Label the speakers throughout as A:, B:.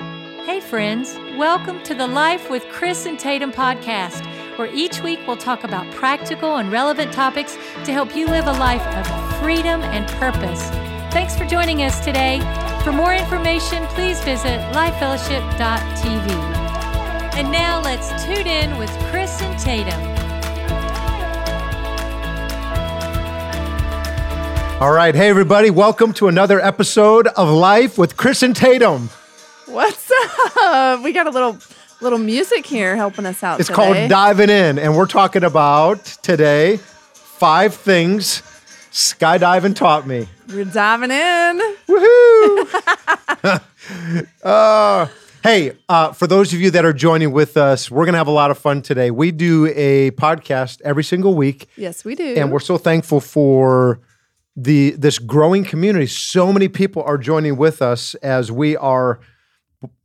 A: Hey, friends, welcome to the Life with Chris and Tatum podcast, where each week we'll talk about practical and relevant topics to help you live a life of freedom and purpose. Thanks for joining us today. For more information, please visit lifefellowship.tv. And now let's tune in with Chris and Tatum.
B: All right, hey everybody, welcome to another episode of Life with Chris and Tatum.
C: What's up? We got a little little music here helping us out.
B: It's
C: today.
B: called Diving In, and we're talking about today five things skydiving taught me.
C: We're diving in.
B: Woohoo! uh, hey, uh, for those of you that are joining with us, we're going to have a lot of fun today. We do a podcast every single week.
C: Yes, we do.
B: and we're so thankful for the this growing community. So many people are joining with us as we are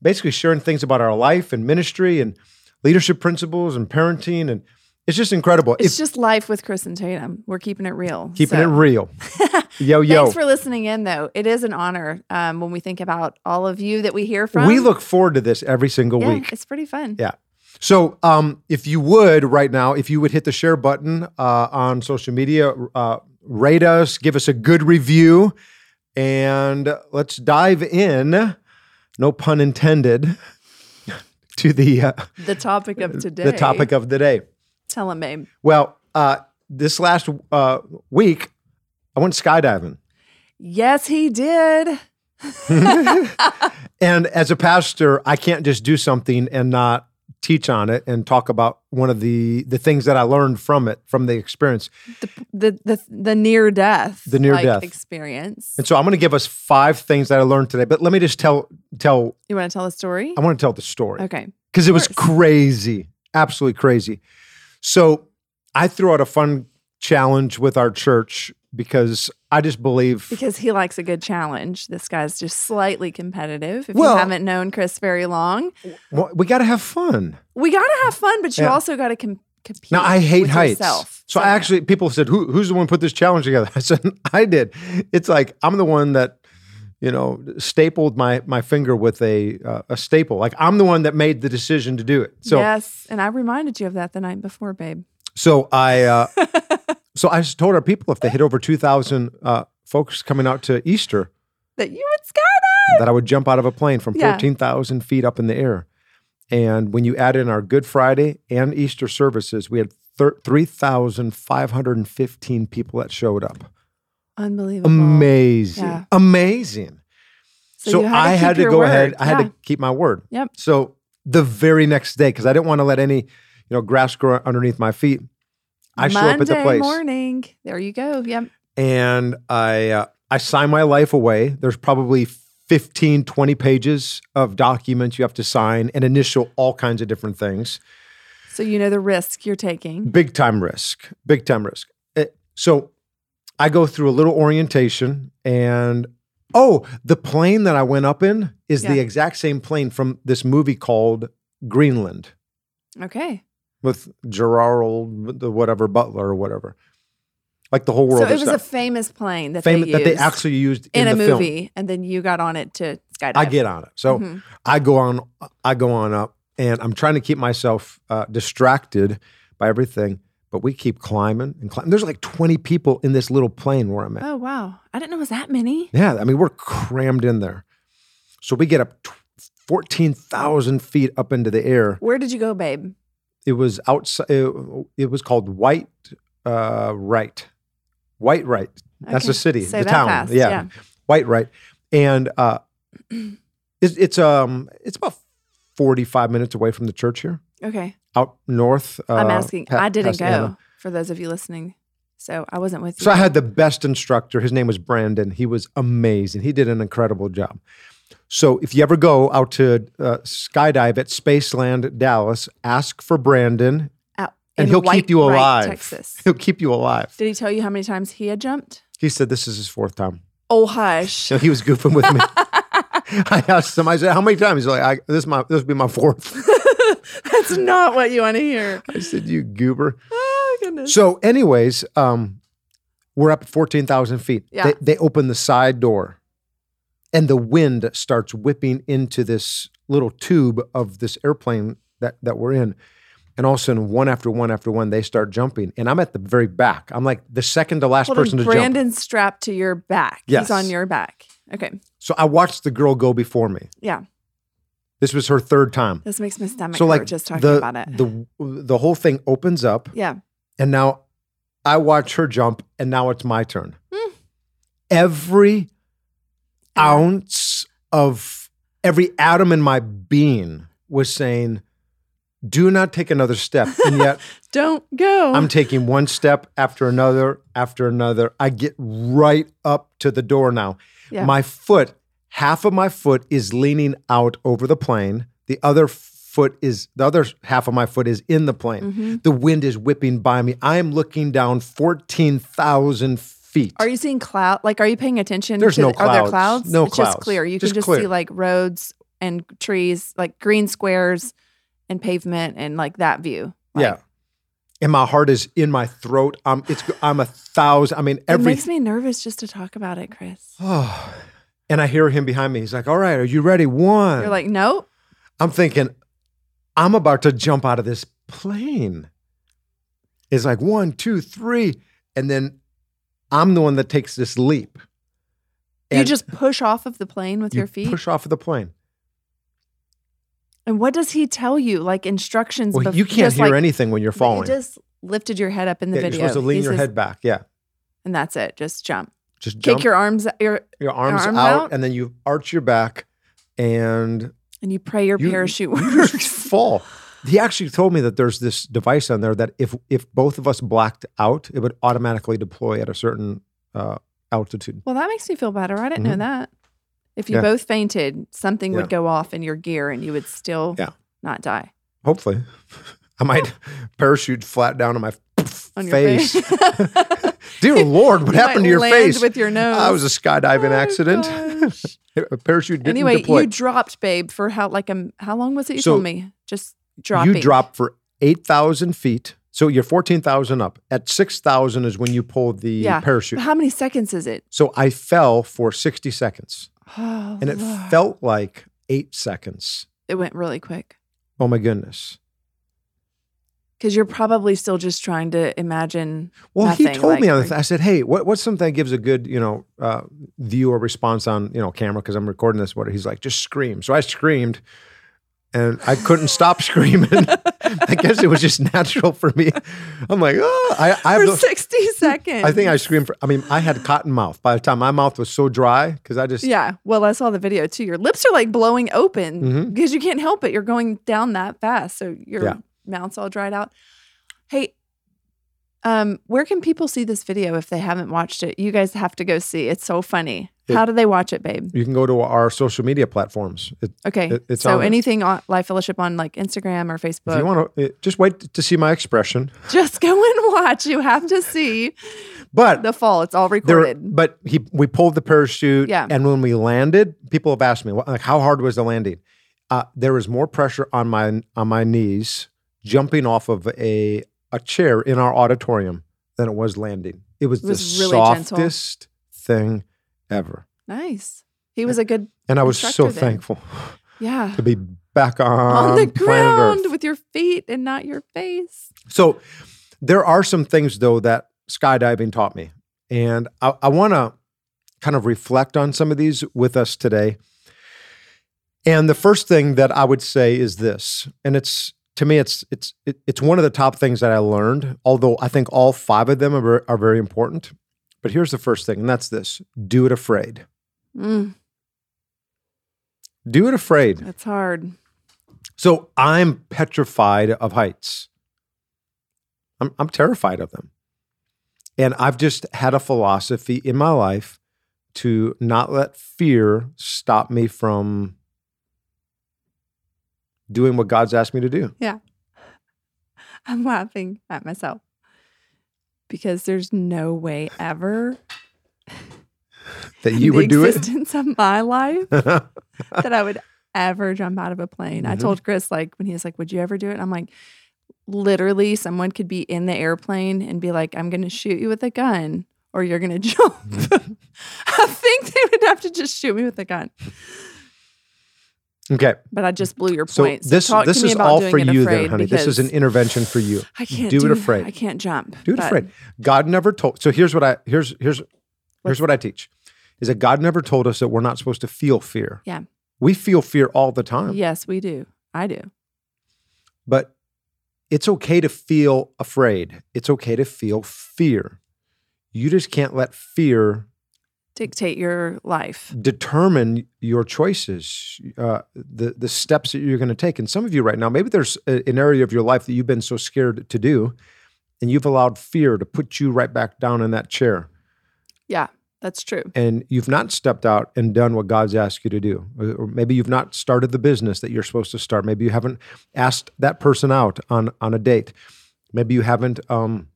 B: basically sharing things about our life and ministry and leadership principles and parenting, and it's just incredible.
C: it's
B: If-
C: just life with Chris and Tatum. We're keeping it real.
B: keeping
C: So,
B: it real. yo yo.
C: Thanks for listening in, though. It is an honor um, when we think about all of you that we hear from.
B: We look forward to this every single
C: um, yeah,
B: week.
C: It's pretty fun.
B: Yeah. So, um, if you would right now, if you would hit the share button uh, on social media, uh, rate us, give us a good review, and let's dive in. No pun intended. To the uh,
C: The topic of today.
B: the topic of the day.
C: Tell him, babe.
B: Well, uh, this last uh, week, I went skydiving,
C: Yes, he did.
B: and as a pastor, I can't just do something and not teach on it and talk about one of the the things that I learned from it from the experience.
C: The the the near death.
B: The near
C: like,
B: death.
C: experience.
B: And so I'm going to give us five things that I learned today. But let me just tell tell
C: You want to tell a story?
B: I want to tell the story
C: Okay.
B: because it was
C: course.
B: crazy, absolutely crazy. So I threw out a fun challenge with our church because I just believe
C: Because he likes a good challenge. This guy's just slightly competitive. If
B: Well-
C: you haven't known Chris very long,
B: well, we got to have fun.
C: we got to have fun, but you
B: Yeah.
C: also got to com- compete.
B: Now I hate
C: with
B: heights.
C: Yourself.
B: So I actually people said who who's the one who put this challenge together? I said I did. It's like I'm the one that you know stapled my my finger with a uh, a staple. Like I'm the one that made the decision to do it. So
C: yes, and I reminded you of that the night before, babe.
B: So I, uh, so I just told our people if they hit over two thousand uh, folks coming out to Easter,
C: That you would skydive.
B: that I would jump out of a plane from
C: Yeah.
B: fourteen thousand feet up in the air. And when you add in our Good Friday and Easter services, we had thir- three thousand five hundred and fifteen people that showed up.
C: Unbelievable.
B: Amazing,
C: Yeah.
B: amazing.
C: So,
B: So,
C: you had
B: I
C: to
B: had
C: keep
B: to
C: your
B: go
C: word.
B: ahead. I had
C: Yeah.
B: to keep my word.
C: Yep.
B: So the very next day, because I didn't want to let any, you know, grass grow underneath my feet. I show up
C: Monday
B: at the place.
C: morning. There you go. Yep.
B: and I uh, I sign my life away. There's probably 15, 20 pages of documents you have to sign and initial all kinds of different things.
C: So you know the risk you're taking.
B: Big time risk. Big time risk. It- so I go through a little orientation and oh, the plane that I went up in is the
C: Yeah.
B: exact same plane from this movie called Greenland
C: Okay.
B: with Gerard the whatever Butler or whatever. Like the whole world.
C: So it
B: is
C: was a
B: not-
C: famous plane that
B: fam-
C: they
B: that they
C: used
B: actually used in,
C: in, a
B: the film.
C: movie, and then you got on it to skydive.
B: I get oh, on it. So
C: Mhm.
B: I go on, I go on up, and I'm trying to keep myself uh, distracted by everything. But we keep climbing and climbing. There's like 20 people in this little plane where I'm at.
C: Oh wow! I didn't know it was that many.
B: Yeah, I mean we're crammed in there. So we get up tw- 14,000 feet up into the air.
C: Where did you go, babe?
B: It was outside. It, it was called White uh, Right. White Right. That's the
C: Okay.
B: city,
C: Say
B: the
C: that
B: town.
C: fast,
B: Yeah.
C: yeah.
B: White Right, and uh, it's, it's um it's about 45 minutes away from the church here.
C: Okay.
B: out north. Uh,
C: I'm asking.
B: pa-
C: I didn't
B: past
C: go
B: Anna.
C: for those of you listening. So I wasn't with you.
B: So I had the best instructor. His name was Brandon. He was amazing. He did an incredible job. So if you ever go out to uh, skydive at Spaceland Dallas, ask for Brandon,
C: Out
B: and
C: in
B: he'll
C: White
B: keep you
C: Wright,
B: alive.
C: Texas.
B: He'll keep you alive.
C: Did he tell you how many times he had jumped?
B: He said this is his fourth time.
C: Oh hush.
B: So he was goofing with me. I asked him. I said, "How many times?" He's like, I, "This is my this will be my fourth.
C: That's not what you want to hear.
B: I said, "You goober."
C: Oh goodness.
B: So, anyways, um, we're up at fourteen thousand feet.
C: Yeah.
B: They, they open the side door and the wind starts whipping into this little tube of this airplane that, that we're in. And all of a sudden, one after one after one, they start jumping. And I'm at the very back. I'm like the second to last
C: Hold
B: person to
C: on,
B: jump.
C: Brandon's strapped to your back.
B: Yes.
C: He's on your back. Okay.
B: So I watched the girl go before me.
C: Yeah.
B: This was her third time.
C: This makes my stomach
B: so like
C: hurt just talking
B: the,
C: about it.
B: the the whole thing opens up
C: yeah.
B: and now I watch her jump and now it's my turn.
C: Hmm.
B: Every ounce of every atom in my being was saying do not take another step and yet
C: Don't go.
B: I'm taking one step after another after another. I get right up to the door now.
C: Yeah.
B: My foot, half of my foot is leaning out over the plane. The other foot is the other half of my foot is in the plane.
C: Mhm.
B: The wind is whipping by me. I am looking down 14,000 feet.
C: Are you seeing cloud? Like, are you paying attention?
B: There's
C: to,
B: no
C: Are there
B: clouds.
C: clouds?
B: No
C: it's Just
B: clouds.
C: clear. You
B: Just
C: can just
B: clear.
C: see like roads and trees, like green squares and pavement, and like that view. Like,
B: yeah. And my heart is in my throat. I'm it's I'm a thousand. I mean
C: it
B: every
C: makes me nervous just to talk about it, Chris.
B: oh. And I hear him behind me. He's like, "All right, are you ready?" One.
C: You're like, nope.
B: I'm thinking, I'm about to jump out of this plane. It's like one, two, three. And then I'm the one that takes this leap.
C: You
B: And
C: just push off of the plane with
B: you
C: your feet.
B: Push off of the plane.
C: And what does he tell you? Like instructions?
B: Well,
C: bef-
B: you can't
C: just
B: hear
C: like-
B: anything when you're
C: but
B: falling.
C: You just lifted your head up in the
B: Yeah, you're
C: video.
B: supposed to lean
C: He
B: your
C: says-
B: head back. Yeah.
C: and that's it. Just jump.
B: Just
C: Kick
B: jump
C: your arms. Your
B: your arms
C: arm
B: out,
C: out.
B: and then you arch your back and
C: and you pray your
B: You-
C: parachute
B: you just
C: works.
B: fall. He actually told me that there's this device on there that if if both of us blacked out, it would automatically deploy at a certain uh, altitude.
C: Well, that makes me feel better. I didn't
B: Mhm.
C: know that. If you
B: Yeah.
C: both fainted, something
B: Yeah.
C: would go off in your gear and you would still
B: Yeah.
C: not die
B: Hopefully, I might parachute flat down on my
C: on your
B: face.
C: face.
B: Dear Lord, what
C: You
B: happened
C: might
B: to your
C: land
B: face?
C: With your nose.
B: I was a skydiving
C: Oh,
B: accident.
C: gosh.
B: a parachute didn't
C: anyway,
B: deploy.
C: you dropped, babe, for how like um how long was it you
B: So,
C: told me? Just dropping.
B: You drop for eight thousand feet. So you're fourteen thousand up. At six thousand is when you pull the
C: Yeah.
B: parachute.
C: How many seconds is it?
B: So I fell for sixty seconds,
C: Oh,
B: and it
C: Lord.
B: felt like eight seconds.
C: it went really quick.
B: Oh my goodness!
C: Because you're probably still just trying to imagine.
B: Well, he
C: Nothing,
B: told me
C: like-
B: on the th- I said, "Hey, what, what's something that gives a good, you know, uh, view or response on, you know, camera?" Because I'm recording this. What he's like, just scream. So I screamed, and I couldn't stop screaming. I guess it was just natural for me. I'm like, oh, I, I have.
C: for
B: no-
C: 60 seconds.
B: I think I screamed. For, I mean, I had cotton mouth by the time my mouth was so dry because I just
C: Yeah. Well, I saw the video too. Your lips are like blowing open
B: Mhm.
C: because you can't help it. You're going down that fast. So your
B: Yeah.
C: mouth's all dried out. Hey, um, where can people see this video if they haven't watched it? You guys have to go see. It's so funny.
B: It-
C: How do they watch it, babe?
B: You can go to our social media platforms. It,
C: Okay.
B: It- it's on
C: so
B: there.
C: anything on Life Fellowship on like Instagram or
B: if you
C: Facebook,
B: want to, just wait to see my expression.
C: just go and watch. You have to see
B: But
C: the fall. It's all
B: There,
C: recorded.
B: but he we pulled the parachute,
C: Yeah.
B: and when we landed, people have asked me "Well, like how hard was the landing. Uh, there was more pressure on my on my knees jumping off of a a chair in our auditorium than it was landing. It was,
C: It was
B: the
C: really gentle.
B: softest thing ever,
C: nice. He was a good,
B: and I was so
C: Instructor then.
B: thankful
C: yeah.
B: to be back on,
C: on the
B: planet Earth.
C: ground with your feet and not your face.
B: So there are some things though that skydiving taught me. And I, I want to kind of reflect on some of these with us today. And the first thing that I would say is this, and it's to me it's it's it- it's one of the top things that I learned, although I think all five of them are, ver- are very important. But here's the first thing, and that's this, do it afraid.
C: Mm,
B: Do it afraid.
C: that's hard.
B: So I'm petrified of heights. I'm, I'm terrified of them. And I've just had a philosophy in my life to not let fear stop me from doing what God's asked me to do.
C: I'm laughing at myself because there's no way ever
B: That
C: in
B: you
C: the
B: would do it.
C: existence of my life
B: yeah.
C: that I would ever jump out of a plane. I
B: Mhm.
C: told Chris like when he was like, "Would you ever do it?" I'm like, literally, someone could be in the airplane and be like, "I'm going to shoot you with a gun." Or you're gonna jump. I think they would have to just shoot me with a gun.
B: Okay.
C: But I just blew your
B: So
C: point.
B: this
C: talk to
B: this
C: me
B: is
C: about
B: all
C: doing
B: for
C: it
B: you then,
C: afraid
B: honey. This is an
C: because
B: intervention for you.
C: I can't
B: do it
C: that.
B: afraid.
C: I can't jump.
B: Do it
C: but
B: afraid. God never told. So here's what I here's here's here's what I teach is that God never told us that we're not supposed to feel fear.
C: Yeah.
B: We feel fear all the time.
C: Yes, we do. I do.
B: But it's okay to feel afraid. It's okay to feel fear. You just can't let fear
C: Dictate your life.
B: determine your choices, uh, the the steps that you're going to take. And some of you right now, maybe there's a, an area of your life that you've been so scared to do, and you've allowed fear to put you right back down in that chair,
C: Yeah, that's true.
B: and you've not stepped out and done what God's asked you to do. Or- Or maybe you've not started the business that you're supposed to start. Maybe you haven't asked that person out on on a date. Maybe you haven't. Um,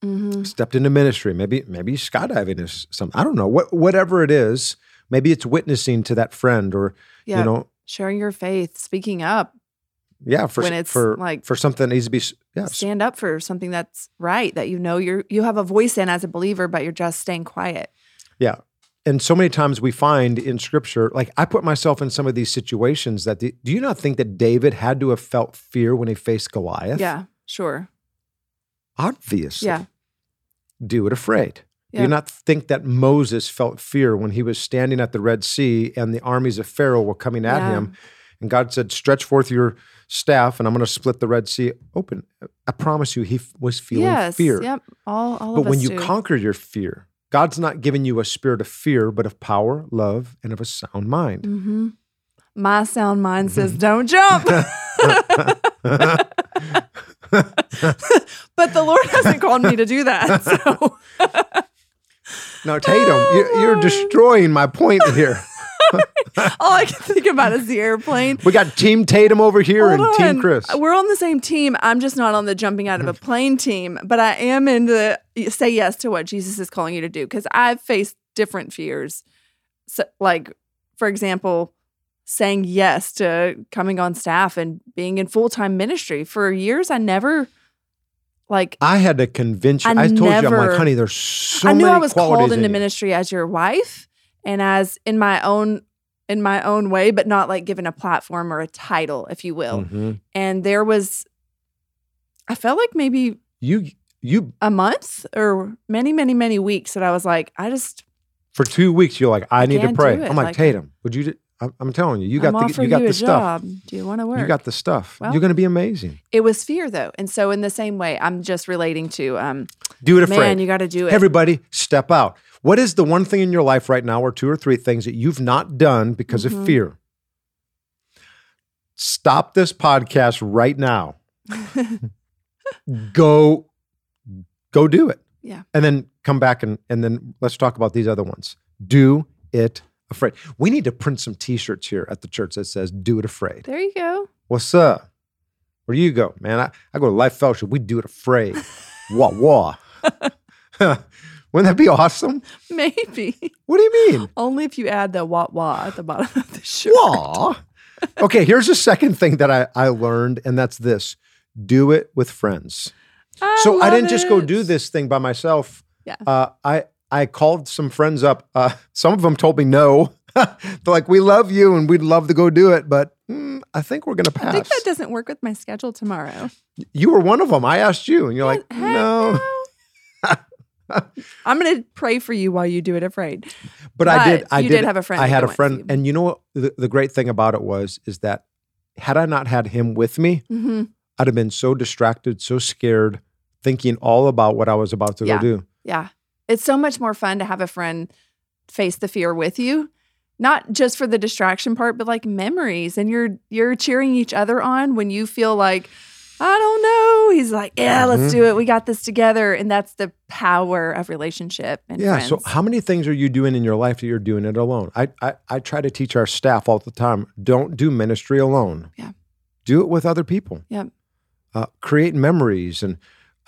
C: hmm
B: stepped into ministry. Maybe maybe skydiving is something. I don't know. What whatever it is, maybe it's witnessing to that friend or
C: Yeah,
B: you know
C: sharing your faith, speaking up,
B: yeah for
C: When it's
B: for
C: like-
B: for something that needs to be s- yeah s-
C: stand up for something that's right that you know you are you have a voice in as a believer, but you're just staying quiet.
B: yeah. And so many times we find in scripture, like I put myself in some of these situations that the, do you not think that David had to have felt fear when he faced Goliath?
C: Yeah, sure.
B: Obviously.
C: Yeah,
B: Do it afraid. Do
C: Yeah.
B: you not think that Moses felt fear when he was standing at the Red Sea and the armies of Pharaoh were coming at
C: Yeah.
B: him? And God said, Stretch forth your staff and I'm going to split the Red Sea open. I promise you, he f- was feeling
C: yes,
B: fear.
C: Yep, all all
B: but
C: of
B: when
C: us
B: you
C: do.
B: conquer your fear, God's not giving you a spirit of fear, but of power, love, and of a sound mind.
C: Mhm. My sound mind says
B: Mm-hmm.
C: don't jump, but the Lord hasn't called me to do that. So
B: Now, Tatum, you're,
C: Ah.
B: you're destroying my point here.
C: all I can think about is the airplane.
B: We got Team Tatum over here
C: Hold
B: and Team
C: on.
B: Chris.
C: We're on the same team. I'm just not on the jumping out of a plane team, but I am in the say yes to what Jesus is calling you to do because I've faced different fears. So, like, for example, saying yes to coming on staff and being in full time ministry. For years, I never, like,
B: I had to convince you. I,
C: I
B: told you, I'm
C: never-
B: like, honey, there's so
C: I knew
B: many
C: I was
B: qualities
C: called
B: in
C: into
B: you."
C: ministry as your wife and as in my own. In my own way, but not like given a platform or a title, if you will.
B: Mhm.
C: and there was i felt like maybe
B: You you
C: a month or many many many weeks that i was like i just
B: for two weeks you're like, I, need to
C: can't
B: pray.
C: do it,
B: I'm like,
C: like-
B: Tatum, would you? ju- I'm, I'm telling you, you got
C: i'm
B: the
C: offering
B: you got
C: you
B: the
C: a
B: stuff.
C: job do you want to work
B: You got the stuff.
C: Well-
B: you're going to be amazing.
C: it was fear though and so in the same way i'm just relating to um
B: Do it afraid.
C: man you got to do it
B: Everybody, step out. What is the one thing in your life right now, or two or three things that you've not done because of
C: Mhm.
B: fear? Stop this podcast right now. go, go do it.
C: Yeah.
B: and then come back and and then let's talk about these other ones. Do it afraid. We need to print some T-shirts here at the church that says "Do it afraid."
C: there you go
B: What's up? Where do you go, man? I, I go to Life Fellowship. We do it afraid. wah wah. Wouldn't that be awesome?
C: maybe
B: What do you mean?
C: only if you add the wah wah at the bottom of the shirt
B: Wah. Okay, here's the second thing that I, I learned, and that's this do it with friends. so I
C: love
B: didn't just go
C: it.
B: do this thing by myself.
C: Yeah.
B: Uh, I, I called some friends up. Uh, some of them told me no. They're like, we love you and we'd love to go do it, but mm, I think we're going to
C: i
B: pass.
C: think that doesn't work with my schedule tomorrow
B: you were one of them. I asked you, and you're like,
C: Heck
B: no.
C: i'm gonna pray for you while you do it afraid
B: but, I did.
C: But
B: I
C: you did have a friend
B: I
C: that
B: had a
C: went with
B: friend,
C: you.
B: and you know what? The, the great thing about it was is that had I not had him with me,
C: mm-hmm.
B: I'd have been so distracted, so scared, thinking all about what I was about to
C: Yeah.
B: go do.
C: Yeah. It's so much more fun to have a friend face the fear with you. Not just for the distraction part, but like memories and you're you're cheering each other on when you feel like I don't know. He's like, "Yeah,
B: Mhm.
C: let's do it. We got this together." And that's the power of relationship and
B: yeah.
C: friends.
B: So, how many things are you doing in your life that you're doing it alone? I, I I try to teach our staff all the time: don't do ministry alone.
C: Yeah.
B: Do it with other people.
C: Yep.
B: Uh, create memories and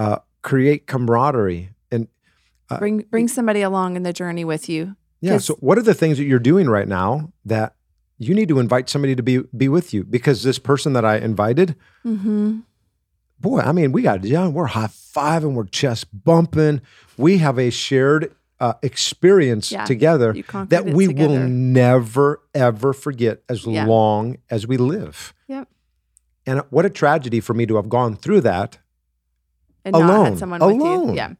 B: uh, create camaraderie. And uh,
C: bring bring somebody along in the journey with you.
B: yeah.
C: 'Cause-
B: So, what are the things that you're doing right now that you need to invite somebody to be be with you? Because this person that I invited,
C: Mhm.
B: boy, I mean, we got it down. We're high fiving, we're chest bumping. We have a shared uh, experience
C: Yeah.
B: together
C: You conquered
B: that
C: it
B: we
C: together.
B: will never ever forget as
C: Yeah.
B: long as we live.
C: Yep.
B: And what a tragedy for me to have gone through that.
C: and not
B: alone,
C: had someone with
B: alone. Uh,
C: you. Yeah.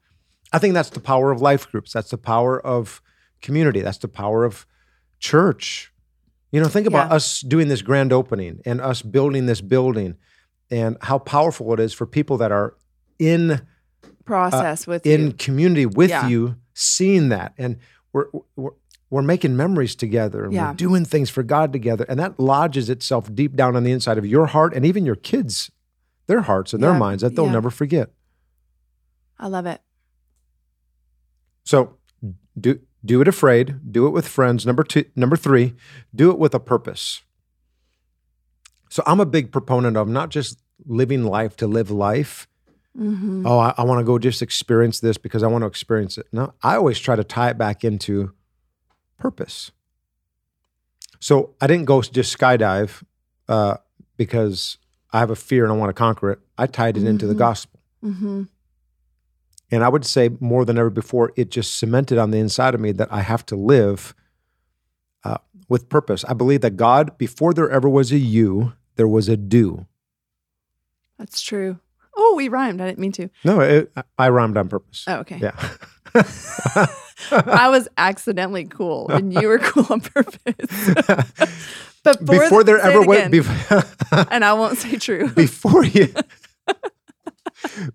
B: I think that's the power of life groups. That's the power of community. That's the power of church. You know, think about
C: Yeah.
B: us doing this grand opening and us building this building and how powerful it is for people that are in
C: Process with
B: in
C: you.
B: community with
C: Yeah.
B: you seeing that and we're, we're we're making memories together and
C: Yeah.
B: we're doing things for God together and that lodges itself deep down on the inside of your heart and even your kids their hearts and
C: Yeah.
B: their minds that they'll
C: Yeah.
B: never forget.
C: I love it.
B: So do do it afraid, do it with friends. Number two, number three, do it with a purpose. So I'm a big proponent of not just living life to live life.
C: hmm
B: Oh, I, I want to go just experience this because I want to experience it. No, I always try to tie it back into purpose. So I didn't go just skydive uh, because I have a fear and I want to conquer it. I tied it into the
C: Mhm.
B: gospel.
C: hmm
B: And I would say more than ever before, it just cemented on the inside of me that I have to live uh, with purpose. I believe that God, before there ever was a you, there was a do.
C: That's true. Oh, we rhymed. I didn't mean to.
B: No, it, I rhymed on purpose.
C: Oh, okay.
B: Yeah.
C: I was accidentally cool, and you were cool on purpose. but
B: before, there
C: say it
B: ever was,
C: again,
B: before,
C: and I won't say true.
B: before you,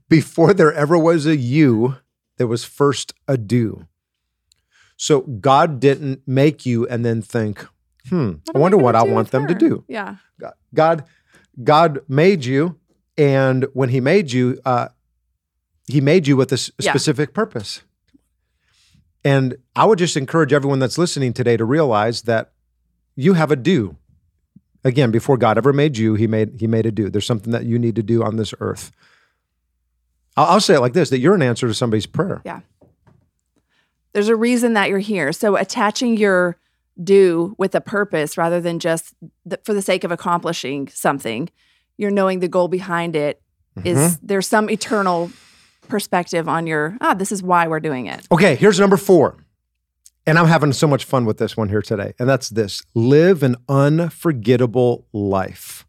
B: before there ever was a you, there was first a do. So God didn't make you and then think, hmm, I
C: am
B: wonder
C: gonna
B: what I
C: do
B: want
C: with
B: them to
C: her?
B: do.
C: Yeah.
B: God, God made you, and when He made you, uh, He made you with a s-
C: Yeah.
B: specific purpose. And I would just encourage everyone that's listening today to realize that you have a due. Again, before God ever made you, He made He made a due. There's something that you need to do on this earth. I'll, I'll say it like this: that you're an answer to somebody's prayer.
C: Yeah. There's a reason that you're here. So attaching your do with a purpose rather than just th- for the sake of accomplishing something, you're knowing the goal behind it is
B: Mm-hmm.
C: there's some eternal perspective on your ah this is why we're doing it.
B: Okay, here's number four. And I'm having so much fun with this one here today. And that's this live an unforgettable life.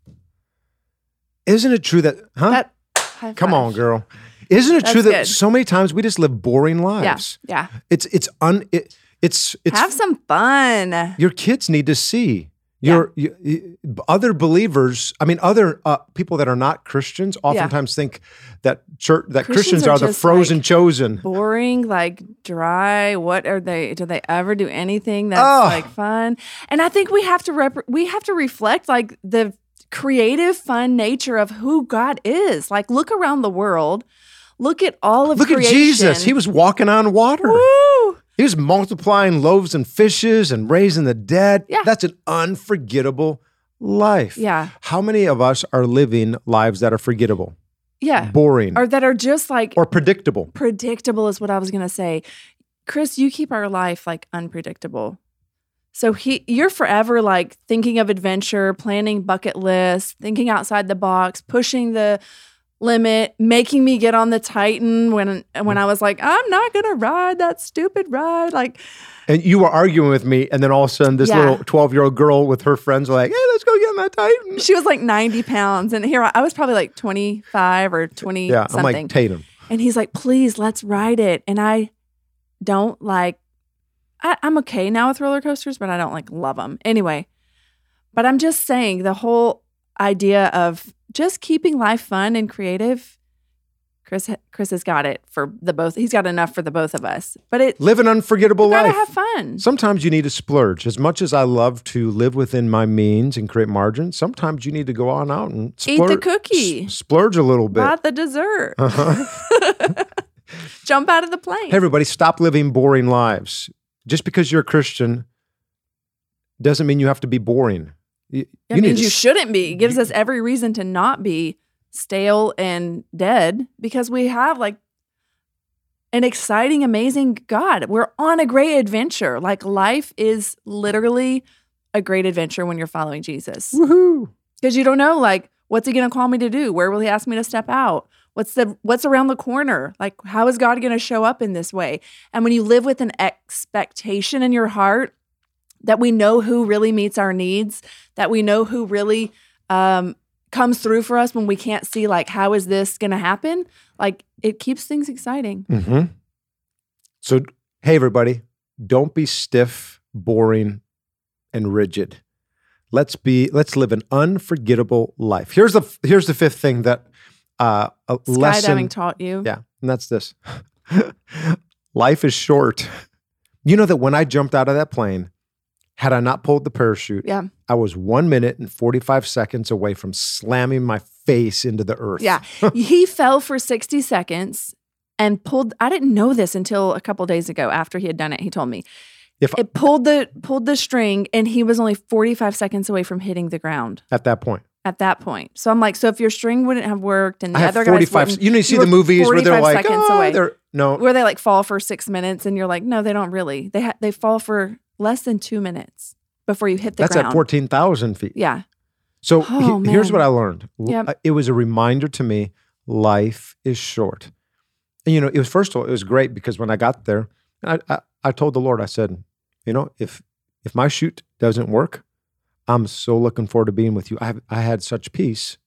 B: Isn't it true that, huh?
C: That high
B: Come
C: five.
B: on, girl. Isn't it
C: That's
B: true that
C: good.
B: so many times we just live boring
C: Yeah.
B: lives?
C: Yeah.
B: It's, it's, un, it, it's, it's,
C: Have some fun.
B: your kids need to see
C: Yeah.
B: your, you- you- other believers. I mean, other uh, people that are not Christians oftentimes think that church, that
C: Christians
B: Christians,
C: are
B: are, the
C: just
B: frozen
C: like-
B: chosen.
C: boring, like dry. What are they? Do they ever do anything that's
B: Ugh.
C: like fun? And I think we have to rep- we have to reflect like the creative, fun nature of who God is. Like look around the world, look at all of
B: Look at Jesus. He
C: creation.
B: was walking on water.
C: Woo!
B: He was multiplying loaves and fishes and raising the dead.
C: Yeah.
B: That's an unforgettable life.
C: Yeah,
B: How many of us are living lives that are forgettable, Mm.
C: yeah,
B: boring,
C: or that are just like
B: or predictable?
C: predictable is what I was gonna say. Chris, you keep our life like unpredictable. So he you're forever like thinking of adventure, planning bucket lists, thinking outside the box, pushing the limit, making me get on the Titan when when I was like, I'm not gonna ride that stupid ride. Like
B: And you were arguing with me, and then all of a sudden, this
C: Yeah.
B: little 12 year old girl with her friends were like, hey, let's go get on that Titan.
C: she was like 90 pounds and here I, I was probably like 25 or 20
B: Yeah,
C: something.
B: I'm like, Tatum.
C: And he's like, please, let's ride it. And I don't like, I, I'm okay now with roller coasters, but I don't like love them. Anyway, but I'm just saying the whole idea of just keeping life fun and creative. Chris, Chris has got it for the both. He's got enough for the both of us. But it,
B: Live an unforgettable
C: you gotta
B: life.
C: have fun.
B: Sometimes you need to splurge. As much as I love to live within my means and create margin, sometimes you need to go on out and
C: Eat the
B: splurge-
C: cookie.
B: s- splurge a little bit.
C: Buy the dessert.
B: Uh-huh.
C: Jump out of the plane.
B: Hey, everybody, stop living boring lives. Just because you're a Christian doesn't mean you have to be boring. You,
C: That
B: you need
C: means
B: to
C: you
B: s-
C: shouldn't be. It gives us every reason to not be stale and dead because we have like an exciting, amazing God. We're on a great adventure. Like life is literally a great adventure when you're following Jesus
B: Woohoo!
C: because you don't know like What's he going to call me to do? Where will he ask me to step out? What's the what's around the corner? Like how is God going to show up in this way? And when you live with an expectation in your heart that we know who really meets our needs, that we know who really um, comes through for us when we can't see like how is this going to happen? Like it keeps things exciting.
B: hmm So, hey, everybody, don't be stiff, boring, and rigid. Let's be. Let's live an unforgettable life. Here's the f- here's the fifth thing that uh, a
C: Skydiving
B: lesson.
C: taught you.
B: yeah, and that's this. life is short. You know that when I jumped out of that plane, had I not pulled the parachute,
C: Yeah.
B: I was one minute and forty five seconds away from slamming my face into the earth.
C: Yeah. he fell for 60 seconds and pulled I didn't know this until a couple days ago after he had done it he told me.
B: If-
C: it pulled the pulled the string and he was only 45 seconds away from hitting the ground
B: At that point,
C: at that point. So I'm like so if your string wouldn't have worked and the
B: I have
C: other
B: forty
C: guys
B: five.
C: wouldn't,
B: You know, you see
C: you
B: the
C: were
B: movies where they're
C: 45
B: like,
C: seconds
B: "Oh,
C: away."
B: they're no."
C: where they like fall for 6 minutes and you're like no they don't really. They ha- they fall for less than 2 minutes before you hit the
B: That's
C: ground.
B: at 14,000 feet.
C: Yeah.
B: So
C: Oh,
B: he- here's
C: man.
B: what I learned. L-
C: Yep.
B: uh, It was a reminder to me life is short. And, you know, it was first of all, it was great because when I got there, I, I, I told the Lord, I said, you know, if if my shoot doesn't work, I'm so looking forward to being with you. I have, I had such peace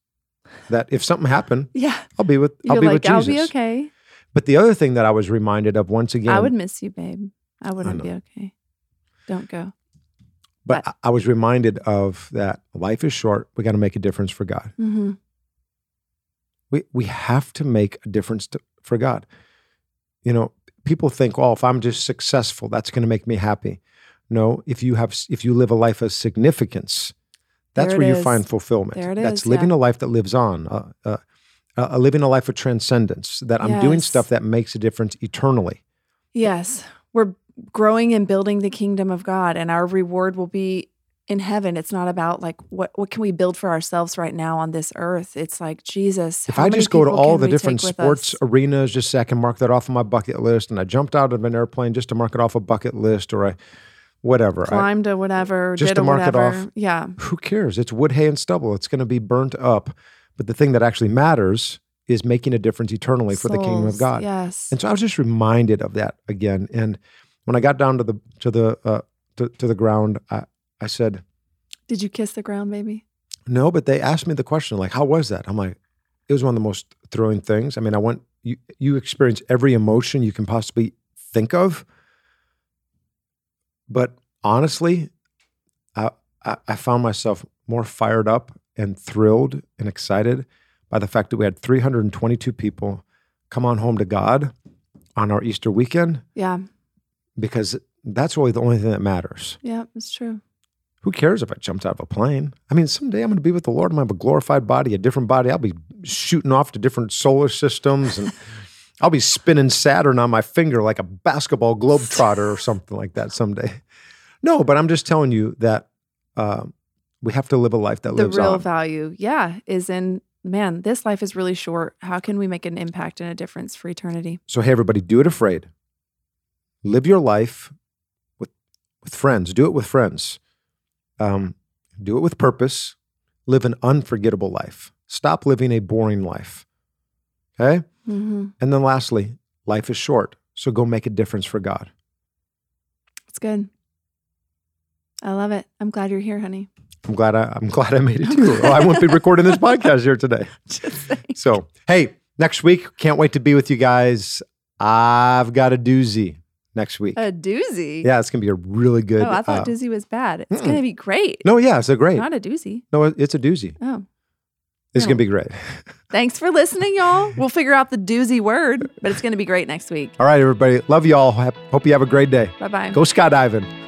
B: that if something happened,
C: Yeah.
B: I'll be with
C: You're
B: I'll be
C: like
B: with
C: I'll
B: Jesus.
C: be okay.
B: But the other thing that I was reminded of once again,
C: I would miss you babe. I wouldn't be
B: know.
C: okay. Don't go.
B: but I, I was reminded of that life is short. We got to make a difference for God.
C: Mhm.
B: We we have to make a difference to, for God. You know, people think, "Well, if I'm just successful, that's going to make me happy." No, if you have if you live a life of significance, that's
C: There it
B: where you
C: is.
B: find fulfillment.
C: There it
B: that's
C: is,
B: living
C: yeah.
B: a life that lives on. Uh, uh, uh, uh, living a life of transcendence, that I'm doing
C: Yes.
B: stuff that makes a difference eternally.
C: Yes, we're growing and building the kingdom of God, and our reward will be in heaven. It's not about like what what can we build for ourselves right now on this earth. It's like Jesus.
B: If
C: how
B: I
C: many
B: just go to
C: people
B: all
C: can
B: the
C: we take
B: different
C: with
B: sports
C: us?
B: arenas just so I can mark that off on my bucket list, and I jumped out of an airplane just to mark it off a bucket list, or I whatever. I-
C: climbed to whatever,
B: Just
C: did
B: to
C: a
B: mark it
C: whatever.
B: off.
C: Yeah,
B: who cares? It's wood, hay, and stubble. It's going to be burnt up. But the thing that actually matters is making a difference eternally for the kingdom of
C: Souls,
B: God.
C: Yes,
B: And so I was just reminded of that again. And when I got down to the to the uh, to, to the ground, I, I said
C: did you kiss the ground, baby?
B: no. But they asked me the question like, "How was that?" I'm like, "It was one of the most thrilling things." I mean, I went you you experience every emotion you can possibly think of. But honestly, I, I, I found myself more fired up and thrilled and excited by the fact that we had 322 people come on home to God on our Easter weekend
C: Yeah,
B: because that's really the only thing that matters.
C: yeah, it's true.
B: Who cares if I jumped out of a plane? I mean, someday I'm going to be with the Lord. I'm going to have a glorified body, a different body. I'll be shooting off to different solar systems and I'll be spinning Saturn on my finger like a basketball globetrotter or something like that someday. No, but I'm just telling you that uh, we have to live a life that
C: The
B: lives
C: real
B: on.
C: value, yeah, is in man. This life is really short. How can we make an impact and a difference for eternity?
B: So hey, everybody, do it afraid. Live your life with with friends. Do it with friends. Um, do it with purpose. Live an unforgettable life. Stop living a boring life. Okay.
C: Mm-hmm.
B: And then lastly, life is short, so go make a difference for God.
C: It's good. I love it. I'm glad you're here, honey.
B: I'm glad I, I'm glad I made it too. Or I won't be recording this podcast here today.
C: Just saying.
B: So hey, next week, can't wait to be with you guys. I've got a doozy next week.
C: A doozy.
B: yeah, it's gonna be a really good.
C: Oh, I thought
B: uh,
C: doozy was bad. It's
B: mm-mm.
C: gonna be great.
B: no, yeah, it's a great.
C: Not a doozy.
B: No, it- it's a doozy.
C: Oh.
B: It's
C: No.
B: going to be great.
C: Thanks for listening, y'all. We'll figure out the doozy word, but it's gonna be great next week.
B: All right, everybody. Love y'all. Hap- Hope you have a great day.
C: Bye bye.
B: Go skydiving.